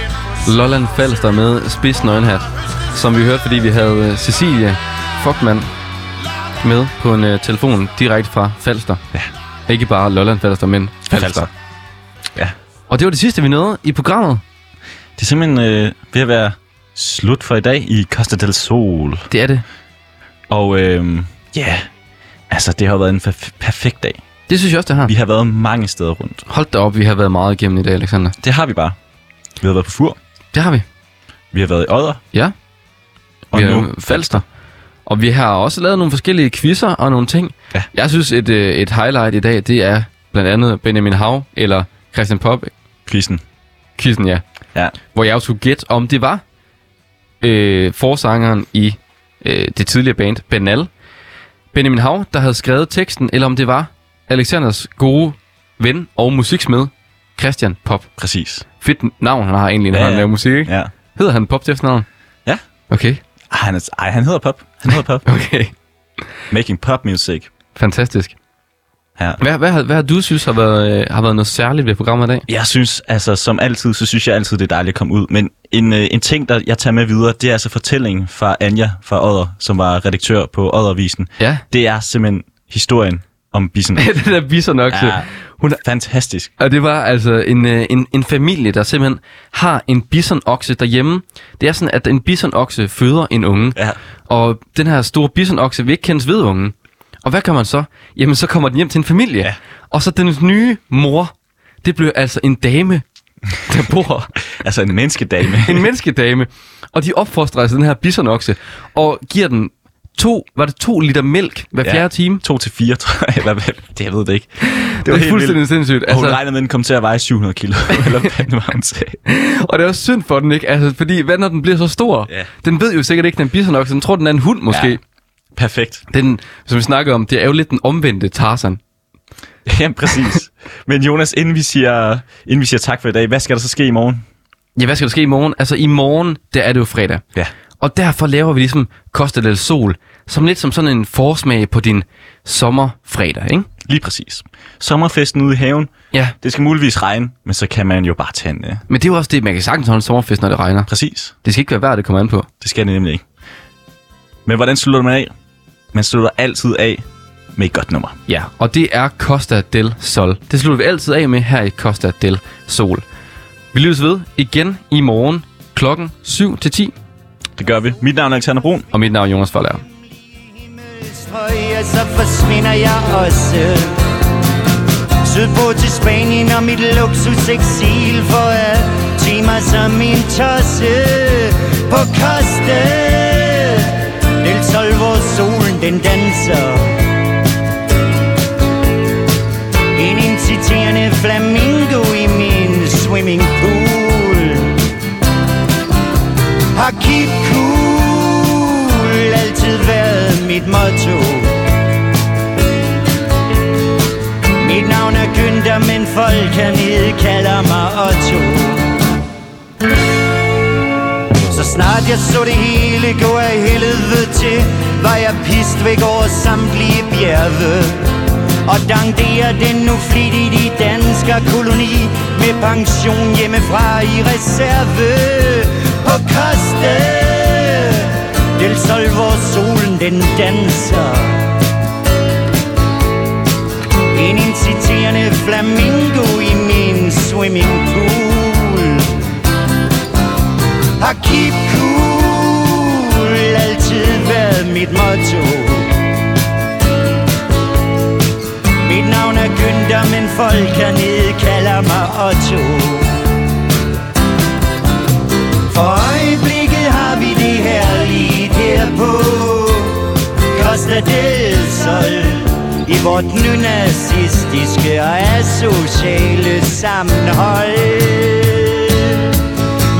[SPEAKER 1] Lolland Falster med Spids Nøgenhat, som vi hørte, fordi vi havde øh, Cecilie Fogman med på en øh, telefon direkte fra Falster. Ja. Ikke bare Lolland Falster, men Falster.
[SPEAKER 2] Falster.
[SPEAKER 1] Falster.
[SPEAKER 2] Ja.
[SPEAKER 1] Og det var det sidste, vi nåede i programmet.
[SPEAKER 2] Det er simpelthen øh, ved at være slut for i dag i Costa del Sol.
[SPEAKER 1] Det er det.
[SPEAKER 2] Og øh, ja, yeah. altså det har været en perf- perfekt dag.
[SPEAKER 1] Det synes jeg også, det har.
[SPEAKER 2] Vi har været mange steder rundt.
[SPEAKER 1] Hold da op, vi har været meget igennem i dag, Alexander.
[SPEAKER 2] Det har vi bare. Vi har været på Fur,
[SPEAKER 1] Det har vi.
[SPEAKER 2] vi har været i Odder,
[SPEAKER 1] Ja.
[SPEAKER 2] og
[SPEAKER 1] vi
[SPEAKER 2] nu
[SPEAKER 1] har Falster. Og vi har også lavet nogle forskellige quizzer og nogle ting.
[SPEAKER 2] Ja.
[SPEAKER 1] Jeg synes, et, øh, et highlight i dag, det er blandt andet Benjamin Hav eller Christian Pop.
[SPEAKER 2] quizzen.
[SPEAKER 1] Quizzen, ja.
[SPEAKER 2] Ja.
[SPEAKER 1] Hvor jeg jo skulle gætte, om det var øh, forsangeren i øh, det tidligere band, Benal. Benjamin Hav, der havde skrevet teksten, eller om det var Alexanders gode ven og musiksmed, Christian Pop.
[SPEAKER 2] Præcis.
[SPEAKER 1] Fedt navn, han har egentlig, når
[SPEAKER 2] Ja,
[SPEAKER 1] ja, han
[SPEAKER 2] ja.
[SPEAKER 1] laver musik, ikke?
[SPEAKER 2] Ja.
[SPEAKER 1] Hedder han Pop til efternavn?
[SPEAKER 2] Ja.
[SPEAKER 1] Okay,
[SPEAKER 2] Ej, han, er, ej, han hedder Pop. Han hedder
[SPEAKER 1] <laughs>
[SPEAKER 2] Pop.
[SPEAKER 1] okay.
[SPEAKER 2] Making pop music.
[SPEAKER 1] Fantastisk.
[SPEAKER 2] Ja.
[SPEAKER 1] Hvad, hvad, har- hvad har du synes har været, øh, har været noget særligt ved programmet i dag? <laughs>
[SPEAKER 2] Jeg synes, altså som altid, så synes jeg altid, det er dejligt at komme ud. Men en, øh, en ting, der jeg tager med videre, det er altså fortællingen fra Anja fra Odder, som var redaktør på Oddervisen.
[SPEAKER 1] Ja.
[SPEAKER 2] Det er simpelthen historien om
[SPEAKER 1] <laughs>
[SPEAKER 2] bissen.
[SPEAKER 1] det der viser nok til.
[SPEAKER 2] Ja.
[SPEAKER 1] Altså, Hun er,
[SPEAKER 2] Fantastisk.
[SPEAKER 1] og det var altså en, øh, en, en familie, der simpelthen har en bisonokse derhjemme. Det er sådan, at en bisonokse føder en unge.
[SPEAKER 2] Ja.
[SPEAKER 1] Og den her store bisonokse vil ikke kendes ved ungen. Og hvad gør man så? Jamen, så kommer den hjem til en familie.
[SPEAKER 2] Ja.
[SPEAKER 1] Og så den nye mor, det blev altså en dame, der bor
[SPEAKER 2] Altså en <laughs> menneskedame.
[SPEAKER 1] en menneskedame, og de opfostrer altså den her bisonokse, og giver den to, var det to liter mælk hver
[SPEAKER 2] Ja.
[SPEAKER 1] fjerde time?
[SPEAKER 2] To til fire, tror jeg. Eller hvad? Det jeg ved det ikke.
[SPEAKER 1] Det, er fuldstændig
[SPEAKER 2] vildt.
[SPEAKER 1] sindssygt.
[SPEAKER 2] Og hun
[SPEAKER 1] Altså,
[SPEAKER 2] regnede med, at den kom til at veje 700 kilo. <laughs> eller hvad det var, hun sagde.
[SPEAKER 1] og det er også synd for den, ikke? Altså, fordi hvad når den bliver så stor?
[SPEAKER 2] Ja.
[SPEAKER 1] Den ved jo sikkert ikke, den er en bisonokse. Den tror, den er en hund måske.
[SPEAKER 2] Ja. Perfekt.
[SPEAKER 1] Den, som vi snakker om, det er jo lidt den omvendte Tarzan.
[SPEAKER 2] Ja, præcis. Men Jonas, inden vi, siger, inden vi siger tak for i dag, hvad skal der så ske i morgen?
[SPEAKER 1] Ja, hvad skal der ske i morgen? Altså, i morgen, der er det jo fredag.
[SPEAKER 2] Ja.
[SPEAKER 1] Og derfor laver vi ligesom Costa del Sol, som lidt som sådan en forsmag på din sommerfredag, ikke?
[SPEAKER 2] Lige præcis. Sommerfesten ude i haven.
[SPEAKER 1] Ja,
[SPEAKER 2] Det skal muligvis regne, men så kan man jo bare tage en... øh,
[SPEAKER 1] men det er jo også det, man kan sagtens holde en sommerfest, når det regner.
[SPEAKER 2] Præcis.
[SPEAKER 1] Det skal ikke være værd, det kommer an på.
[SPEAKER 2] Det skal det nemlig ikke. Men hvordan slutter man af? Man slutter altid af med et godt nummer.
[SPEAKER 1] Ja, og det er Costa del Sol. Det slutter vi altid af med her i Costa del Sol. Vi lyttes ved igen i morgen klokken 7-10,
[SPEAKER 2] Det gør vi. Mit navn er Alexander Brun.
[SPEAKER 1] og mit navn er Jonas Forlærer.
[SPEAKER 6] Øje, så forsvinder jeg også Sydpå til Spanien og mit luksus eksil For at timer som en tosse På koste Del sol, hvor solen den danser En inciterende flamingo i min swimming pool har keep cool altid været mit motto. Mit navn er Günther, men folk hernede kalder mig Otto. Så snart jeg så det hele gå af helvede til, var jeg pist væk over samtlige bjerge. Og dangderer den nu flittigt i dansker koloni Med pension hjemmefra i reserve På koste Del sol, hvor solen den danser En inciterende flamingo i min swimming pool Har keep cool altid været mit motto Mit navn er Günther, men folk hernede kalder mig Otto For øjeblikket har vi det herligt her på Costa del Sol I vort nynazistiske og asociale sammenhold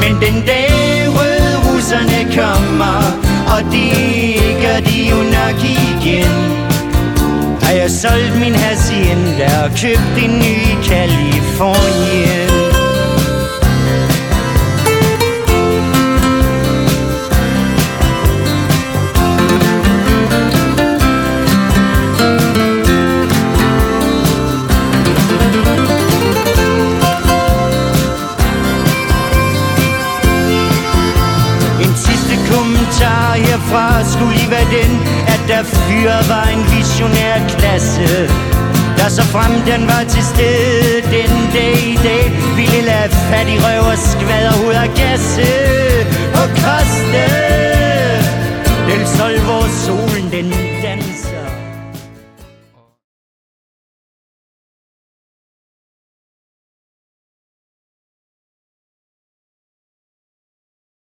[SPEAKER 6] men den dag røde russerne kommer, og det gør de jo nok igen. Har jeg solgt min hacienda og købt en ny i Kalifornien. dafür war ein visionær klasse Der så frem den var til stede den dag i dag Ville lade fat i røv og skvader ud af kasse På koste Del sol hvor solen den danser